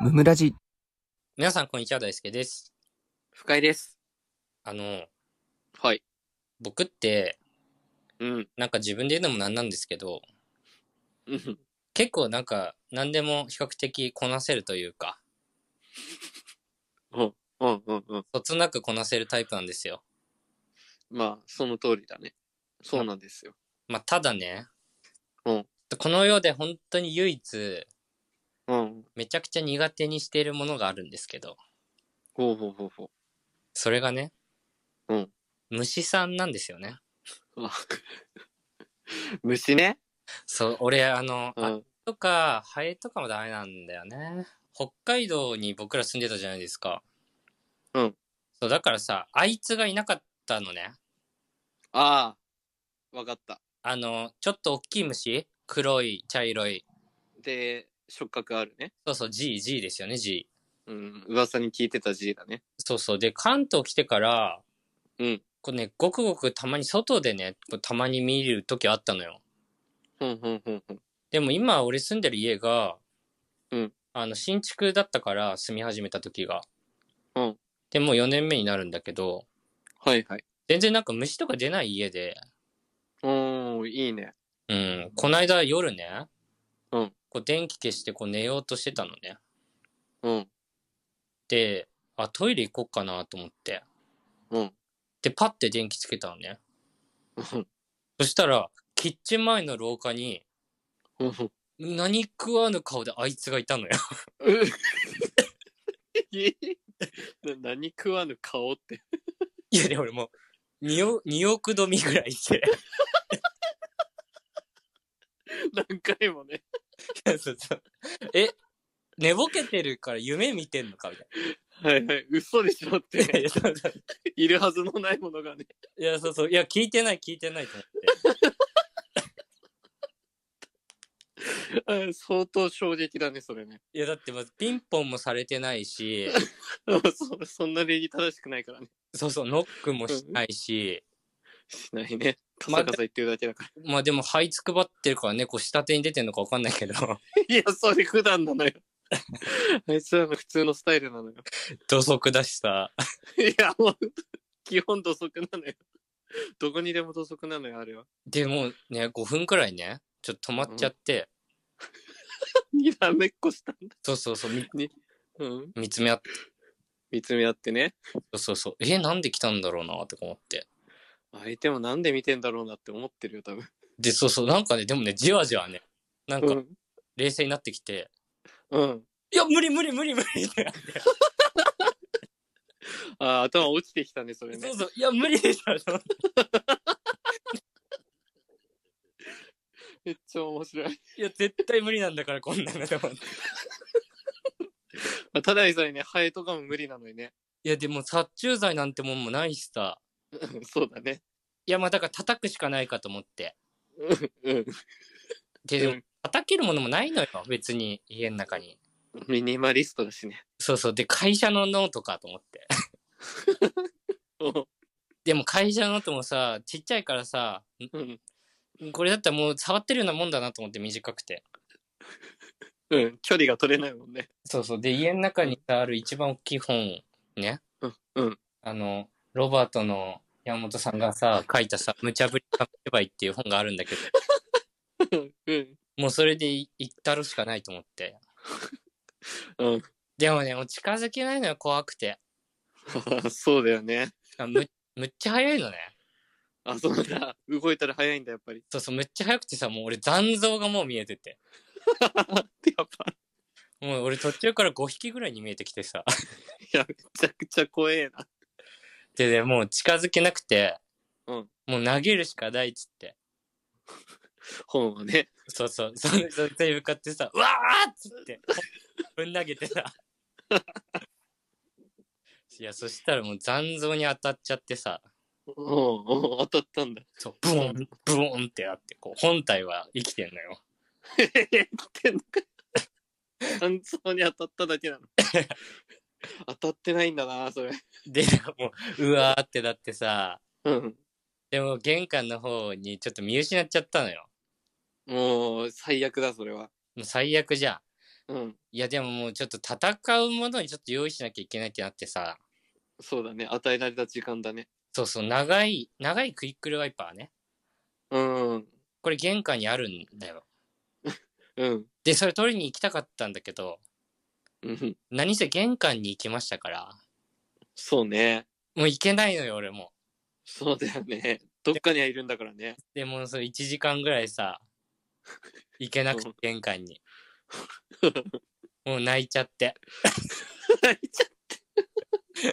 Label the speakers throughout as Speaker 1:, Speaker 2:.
Speaker 1: ムラジ。
Speaker 2: 皆さん、こんにちは。大輔です。
Speaker 3: 深井です。
Speaker 2: あの、
Speaker 3: はい。
Speaker 2: 僕って、
Speaker 3: うん。
Speaker 2: なんか自分で言うのもなんなんですけど、
Speaker 3: うん。
Speaker 2: 結構なんか、何でも比較的こなせるというか、
Speaker 3: うん。うん。うん。
Speaker 2: そつなくこなせるタイプなんですよ。
Speaker 3: まあ、その通りだね。そうなんですよ。
Speaker 2: まあ、ただね、
Speaker 3: うん
Speaker 2: この世で本当に唯一、
Speaker 3: うん。
Speaker 2: めちゃくちゃ苦手にしているものがあるんですけど、
Speaker 3: ほうほうほうほ
Speaker 2: それがね、
Speaker 3: うん
Speaker 2: 虫さんなんですよね。
Speaker 3: う。あ 虫ね。
Speaker 2: そう、俺、あの、
Speaker 3: う
Speaker 2: あ
Speaker 3: ん。
Speaker 2: とか、ハエとかもダメなんだよね。北海道に僕ら住んでたじゃないですか。
Speaker 3: うん。
Speaker 2: そう、だからさ、あいつがいなかったのね。
Speaker 3: ああ。わかった。
Speaker 2: あの、ちょっと大きい虫黒い、茶色い。
Speaker 3: で、触覚あるね。
Speaker 2: そうそう、G、G ですよね、G。
Speaker 3: うん。噂に聞いてた G だね。
Speaker 2: そうそう。で、関東来てから、
Speaker 3: うん。
Speaker 2: こうね、ごくごくたまに外でね、こうたまに見る時あったのよ。
Speaker 3: ほんほんほんほん。
Speaker 2: でも今、俺住んでる家が、
Speaker 3: うん。
Speaker 2: あの、新築だったから、住み始めた時が。
Speaker 3: うん。
Speaker 2: で、もう4年目になるんだけど、
Speaker 3: はいはい。
Speaker 2: 全然なんか虫とか出ない家で、
Speaker 3: おー、いいね。
Speaker 2: うん、こないだ夜ね、
Speaker 3: うん
Speaker 2: こう電気消してこう寝ようとしてたのね。
Speaker 3: うん。
Speaker 2: で、あ、トイレ行こうかなと思って。
Speaker 3: うん。
Speaker 2: で、パッて電気つけたのね。
Speaker 3: うん
Speaker 2: そしたら、キッチン前の廊下に、
Speaker 3: うんうん。
Speaker 2: 何食わぬ顔であいつがいたのよ。
Speaker 3: うっえ な何食わぬ顔って。
Speaker 2: いや、でも俺もう、2億、二億度見ぐらいして。
Speaker 3: 何回もね。
Speaker 2: そうそうえ、寝ぼけてるから夢見てんのかみた
Speaker 3: はいはい。嘘でしょっ
Speaker 2: いな。い
Speaker 3: て。
Speaker 2: やそうそう
Speaker 3: いるはずのないものがね。
Speaker 2: いや、そうそう。いや、聞いてない、聞いてないと思って。
Speaker 3: うん相当衝撃だね、それね。
Speaker 2: いや、だってまずピンポンもされてないし、
Speaker 3: そそんな礼儀正しくないからね。
Speaker 2: そうそう、ノックもしないし、
Speaker 3: しないね。カサカサ言ってるだけだから。
Speaker 2: まあでも、這いつくばってるからね、こう、下手に出てんのかわかんないけど、
Speaker 3: いや、それ普段なのよ。 あいつらの普通のスタイルなのよ。
Speaker 2: 土足だしさ、
Speaker 3: いや、もう、基本土足なのよ。どこにでも土足なのよ、あれは。
Speaker 2: でもうね、5分くらいね、ちょっと止まっちゃって、
Speaker 3: にらめっこしたんだ。
Speaker 2: そうそうそう、み
Speaker 3: うん。
Speaker 2: 見つめ合って、
Speaker 3: 見つめ合ってね。
Speaker 2: そうそうそう、え、なんで来たんだろうな、とか思って。
Speaker 3: 相手もなんで見てんだろうなって思ってるよ、多分。
Speaker 2: で、そうそう、なんかね、でもね、じわじわね、なん
Speaker 3: う
Speaker 2: か、
Speaker 3: ん。
Speaker 2: 冷静になってきて、
Speaker 3: うん。
Speaker 2: いや、無理無理無理無理って、
Speaker 3: あー頭落ちてきたね、それね
Speaker 2: そう。そう、いや、無理でしょ、と思って
Speaker 3: めっちゃ面白い。
Speaker 2: いや、絶対無理なんだから、こんなの、と思って。
Speaker 3: まあただでさえね、ハエとかも無理なのにね。
Speaker 2: いや、でも殺虫剤なんてもんもないしさ。
Speaker 3: うんそうだね。
Speaker 2: いや、まあだから叩くしかないかと思って。
Speaker 3: うん。
Speaker 2: で、で
Speaker 3: う
Speaker 2: も
Speaker 3: ん
Speaker 2: 叩けるものもないのよ、別に、家の中に。
Speaker 3: ミニマリストだしね。
Speaker 2: そうそう、で、会社のノートかと思って。
Speaker 3: うん
Speaker 2: でも会社のノートもさ、ちっちゃいからさ、
Speaker 3: うん。
Speaker 2: んこれだったらもう触ってるようなもんだなと思って短くて。
Speaker 3: うん。距離が取れないもんね。
Speaker 2: そうそう、で、家の中にさある一番大きい本、ね。
Speaker 3: うんうん。
Speaker 2: あの、ロバートの山本さんがさ、書いたさ、無茶ぶり紙芝居っていう本があるんだけど、
Speaker 3: うん。
Speaker 2: もうそれで行ったるしかないと思って。
Speaker 3: うん。
Speaker 2: でもね、もう近づけないのよ、怖くて。
Speaker 3: そうだよね。
Speaker 2: あむむっちゃ早いのね。
Speaker 3: あ、そうだ。動いたら早いんだ、やっぱり。
Speaker 2: そうそう、むっちゃ早くてさ、もう俺残像がもう見えてて。
Speaker 3: で やっぱ、
Speaker 2: もう俺途中から5匹ぐらいに見えてきてさ。
Speaker 3: いや、めちゃくちゃ怖えな。
Speaker 2: でね、もう近づけなくて、
Speaker 3: うん
Speaker 2: もう投げるしかないっつって。
Speaker 3: 本はね。
Speaker 2: そうそう、その人に向かって さ、うわーっつって、ぶん投げてさ。 いや、そしたらもう残像に当たっちゃってさ、
Speaker 3: うん、うん当たった んだ。
Speaker 2: そう、ブオン、ブオンってなって、こう、本体は生きてんのよ。
Speaker 3: えへへ当てんのか。肝臓に当たっただけな の。当たってないんだな、それ。
Speaker 2: で、もう、うわーってなってさ、
Speaker 3: うん。
Speaker 2: でも玄関の方にちょっと見失っちゃったのよ。
Speaker 3: もう、最悪だ、それは。
Speaker 2: もう最悪じゃん。
Speaker 3: うん。
Speaker 2: いや、でももうちょっと戦うものにちょっと用意しなきゃいけないってなってさ、
Speaker 3: そうだね。与えられた時間だね。
Speaker 2: そうそう、長い、長いクイックルワイパーね。
Speaker 3: うん。
Speaker 2: これ玄関にあるんだよ。
Speaker 3: うん。
Speaker 2: で、それ取りに行きたかったんだけど、
Speaker 3: うん。
Speaker 2: 何せ玄関に行きましたから、
Speaker 3: そうね。
Speaker 2: もう行けないのよ、俺も。
Speaker 3: そうだよね。どっかにはいるんだからね。
Speaker 2: でもうそれ1時間ぐらいさ、行けなく
Speaker 3: う
Speaker 2: て
Speaker 3: ん
Speaker 2: 玄関に。もう泣いちゃって。
Speaker 3: 泣いちゃ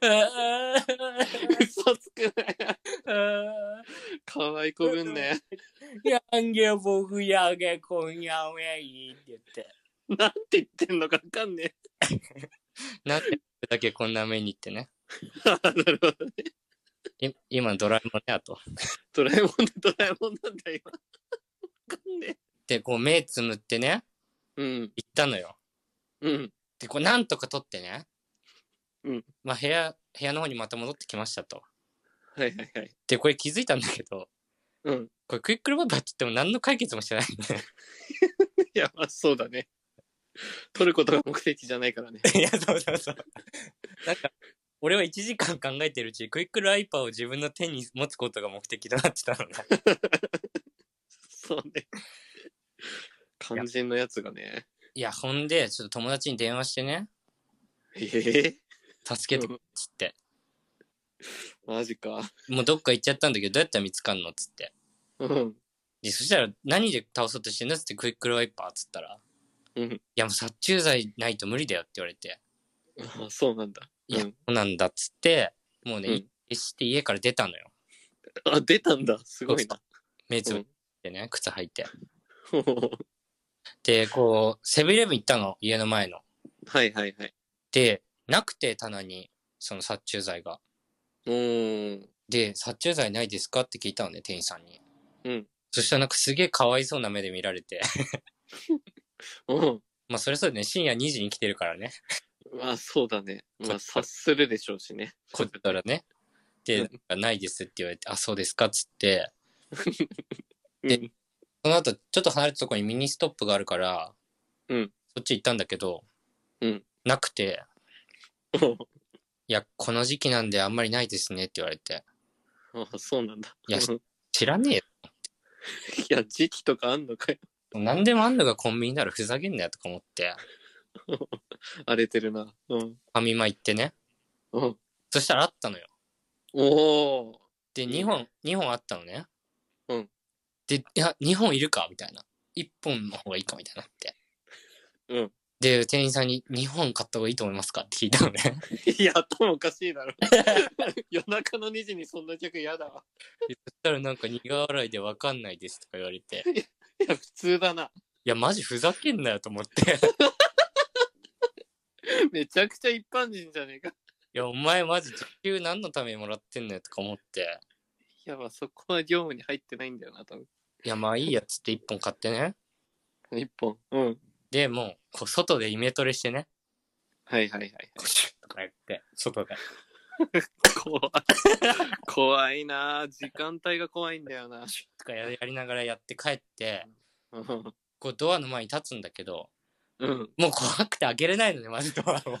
Speaker 2: あ
Speaker 3: う嘘つくない。
Speaker 2: ーあ
Speaker 3: 可愛い子分ね。
Speaker 2: ーなんで僕やげこんやめいって言って。
Speaker 3: なんて言ってんのかわかんね
Speaker 2: なんで僕だけこんな目にってね。
Speaker 3: え。あーなるほどね。
Speaker 2: い今ドラえもんね、あと。
Speaker 3: ドラえもんだ、ドラえもんなんだ、今。わかんね
Speaker 2: で、こう目つむってね、
Speaker 3: え。うん。
Speaker 2: 行ったのよ。
Speaker 3: うん。
Speaker 2: で、こうなんとか取ってね。
Speaker 3: うん。
Speaker 2: まあ部屋、部屋の方にまた戻ってきましたと。
Speaker 3: はいはいはい。
Speaker 2: で、これ気づいたんだけど、
Speaker 3: うん。
Speaker 2: これクイックルバッバーって言っても何の解決もしてない
Speaker 3: いや、まあそうだね。取ることが目的じゃないからね。
Speaker 2: いや、そうそうそう。なんか、俺は1時間考えてるうち、クイックルワイパーを自分の手に持つことが目的となってたのね。
Speaker 3: そうね。肝心のやつがね。
Speaker 2: いや、ほんで、ちょっと友達に電話してね、
Speaker 3: ええ
Speaker 2: 助けてっつって。
Speaker 3: マジか。
Speaker 2: もうどっか行っちゃったんだけど、どうやったら見つかんのっつって。
Speaker 3: うん。
Speaker 2: で、そしたら、何で倒そうとしてんだっつって、クイックルワイパーっつったら、
Speaker 3: うん
Speaker 2: いや、もう殺虫剤ないと無理だよって言われて、
Speaker 3: あそうなんだ。
Speaker 2: いや、
Speaker 3: う
Speaker 2: そ
Speaker 3: ん
Speaker 2: うなんだっつって、もうね、
Speaker 3: うん
Speaker 2: 決して家から出たのよ。
Speaker 3: あ、出たんだ。すごいな。
Speaker 2: 目つぶってね、靴履いて。
Speaker 3: は
Speaker 2: で、こう、セブンイレブン行ったの、家の前の。
Speaker 3: いはいはい。
Speaker 2: で、なくて棚に、その殺虫剤が。
Speaker 3: うーん。
Speaker 2: で、殺虫剤ないですかって聞いたのね、店員さんに。
Speaker 3: うん。
Speaker 2: そしたらなんかすげえかわいそうな目で見られて。
Speaker 3: うん。
Speaker 2: まあそれそうだね、深夜2時に来てるからね。
Speaker 3: まあそうだね。まあ察するでしょうしね。
Speaker 2: こっからね。で、なんかないですって言われて、あ、そうですかっつっ て。
Speaker 3: う
Speaker 2: で
Speaker 3: ん。
Speaker 2: その後、ちょっと離れたところにミニストップがあるから、
Speaker 3: うん。
Speaker 2: そっち行ったんだけど、
Speaker 3: うん。
Speaker 2: なくて、
Speaker 3: うん
Speaker 2: いや、この時期なんであんまりないですねって言われて。
Speaker 3: あそうなんだ。
Speaker 2: いや
Speaker 3: うん
Speaker 2: 知らねえよ。
Speaker 3: いや、時期とかあんのかよ。
Speaker 2: 何でもあんのがコンビニならふざけんなよとか思って、
Speaker 3: 荒れてるな。うん。
Speaker 2: ファミマ行ってね。
Speaker 3: うん。
Speaker 2: そしたらあったのよ。
Speaker 3: おー。
Speaker 2: で、
Speaker 3: ん
Speaker 2: 2本、2本あったのね。
Speaker 3: うん。
Speaker 2: で、いや、2本いるかみたいな。1本の方がいいかみたいになって。
Speaker 3: うん。
Speaker 2: で、店員さんに2本買った方がいいと思いますかって聞いたのね。
Speaker 3: いや、頭おかしいだろ。 夜中の2時にそんな客嫌だわ。
Speaker 2: でそしたらなんか苦笑いでわかんないですとか言われて。
Speaker 3: いや、普通だな。
Speaker 2: いや、マジふざけんなよと思って。
Speaker 3: めちゃくちゃ一般人じゃねえか。い
Speaker 2: いや、お前マジ時給何のためにもらってんのよとか思って。
Speaker 3: や、まあそこは業務に入ってないんだよな、多分。
Speaker 2: いや、まあいいやっつって1本買ってね。
Speaker 3: 一本。うん。
Speaker 2: で、もう、こう外でイメトレしてね。
Speaker 3: はいはいはいはい。
Speaker 2: こうシュッとかやって、外で。
Speaker 3: 怖い。怖いなあ時間帯が怖いんだよな。
Speaker 2: とかややりながらやって帰って、
Speaker 3: うん。
Speaker 2: こうドアの前に立つんだけど、
Speaker 3: うん。
Speaker 2: もう怖くて開けれないのね、まずドアを。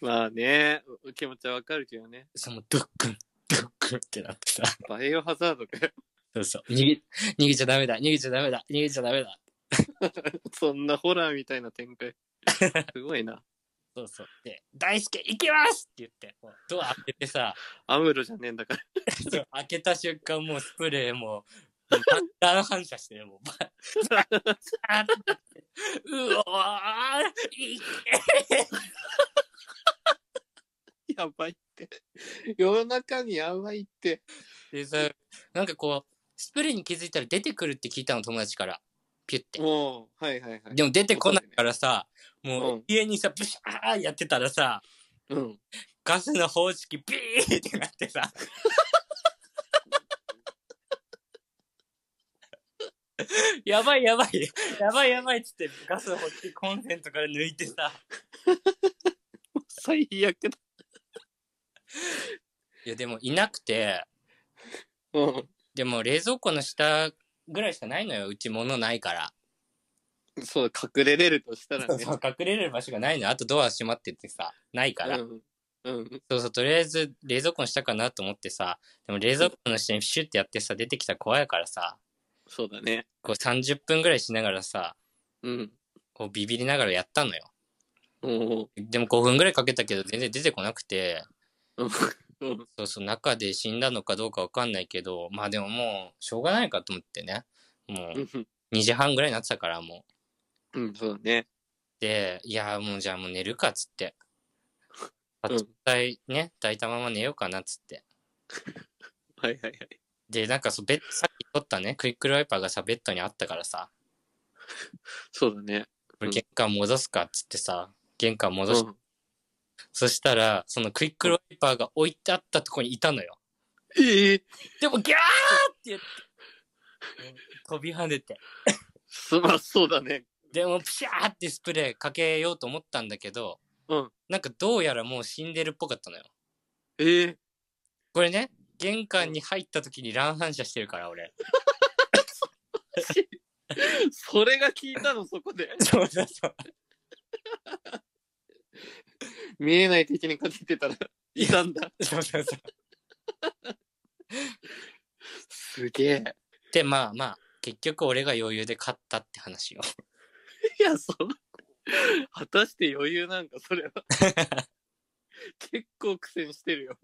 Speaker 3: まあね、気持ちはわかるけどね。
Speaker 2: そのドックン、ドックンってなってさ。
Speaker 3: バイオハザードかよ。
Speaker 2: そうそう。逃げ、逃げちゃダメだ、逃げちゃダメだ、逃げちゃダメだ。
Speaker 3: そんなホラーみたいな 展開。すごいな。
Speaker 2: そうそう。で、大輔行きますって言って、こうドア開けてさ、
Speaker 3: アムロじゃねえんだから。
Speaker 2: そう開けた瞬間もうスプレーもう、乱反射して、もう、バーってなってうおーい
Speaker 3: やばいって。 夜中にやばいって。
Speaker 2: でさ、なんかこう、スプレーに気づいたら出てくるって聞いたの、友達から。ピュって。
Speaker 3: もう、はいはいはい。
Speaker 2: でも出てこないからさ、も
Speaker 3: う
Speaker 2: うん家にさ、ブシャーやってたらさ、
Speaker 3: うん。
Speaker 2: ガスの方式ビーってなって さ。やばいやばい、やばいやばいっつってガスの方式コンセントから抜いてさ。
Speaker 3: 最悪だ。
Speaker 2: いやでもいなくて、
Speaker 3: うん。
Speaker 2: でも冷蔵庫の下ぐらいしかないのよ、うち物ないから。
Speaker 3: そう、隠れれるとしたら
Speaker 2: そう
Speaker 3: ね。
Speaker 2: そう隠れる場所がないの。あとドア閉まっててさ、ないから。
Speaker 3: うん。うん。
Speaker 2: そうそう、とりあえず冷蔵庫にしたかなと思ってさ、でも冷蔵庫の下にシュッてやってさ、出てきたら怖いからさ、
Speaker 3: そうだね。
Speaker 2: こう30分ぐらいしながらさ、
Speaker 3: うん。
Speaker 2: こうビビりながらやったのよ。
Speaker 3: お
Speaker 2: でも5分ぐらいかけたけど全然出てこなくて、
Speaker 3: うん。うん。
Speaker 2: そうそう、中で死んだのかどうかわかんないけど、まあでももう、しょうがないかと思ってね。もう、2時半ぐらいになってたから、もう。
Speaker 3: うん。そうだね。
Speaker 2: で、いや、もうじゃあもう寝るかっつって。
Speaker 3: うん
Speaker 2: 絶対ね、抱いたまま寝ようかなっつって。
Speaker 3: はいはいはい。
Speaker 2: で、なんかそう、ベッさっき取ったね、クイックルワイパーがさ、ベッドにあったからさ、
Speaker 3: そうだね。
Speaker 2: これ
Speaker 3: うん
Speaker 2: 玄関戻すかっつってさ、玄関
Speaker 3: う
Speaker 2: 戻し、
Speaker 3: ん。
Speaker 2: そしたら、そのクイックルワイパーが置いてあったとこにいたのよ。
Speaker 3: ええ
Speaker 2: でも、ギャーって言って、飛び跳ねて。
Speaker 3: すまそうだね。
Speaker 2: でもピシャーってスプレーかけようと思ったんだけど、
Speaker 3: うん
Speaker 2: なんかどうやらもう死んでるっぽかったのよ
Speaker 3: ええ
Speaker 2: これね玄関に入った時に乱反射してるから俺
Speaker 3: それが聞いたの、そこで。
Speaker 2: そうそうそう
Speaker 3: 見えない敵に勝ててたら、いたんだ。
Speaker 2: そうそうそう
Speaker 3: すげえ。
Speaker 2: でまあまあ結局俺が余裕で勝ったって話よ
Speaker 3: いや、その、 果たして余裕なんか、それは。結構苦戦してるよ。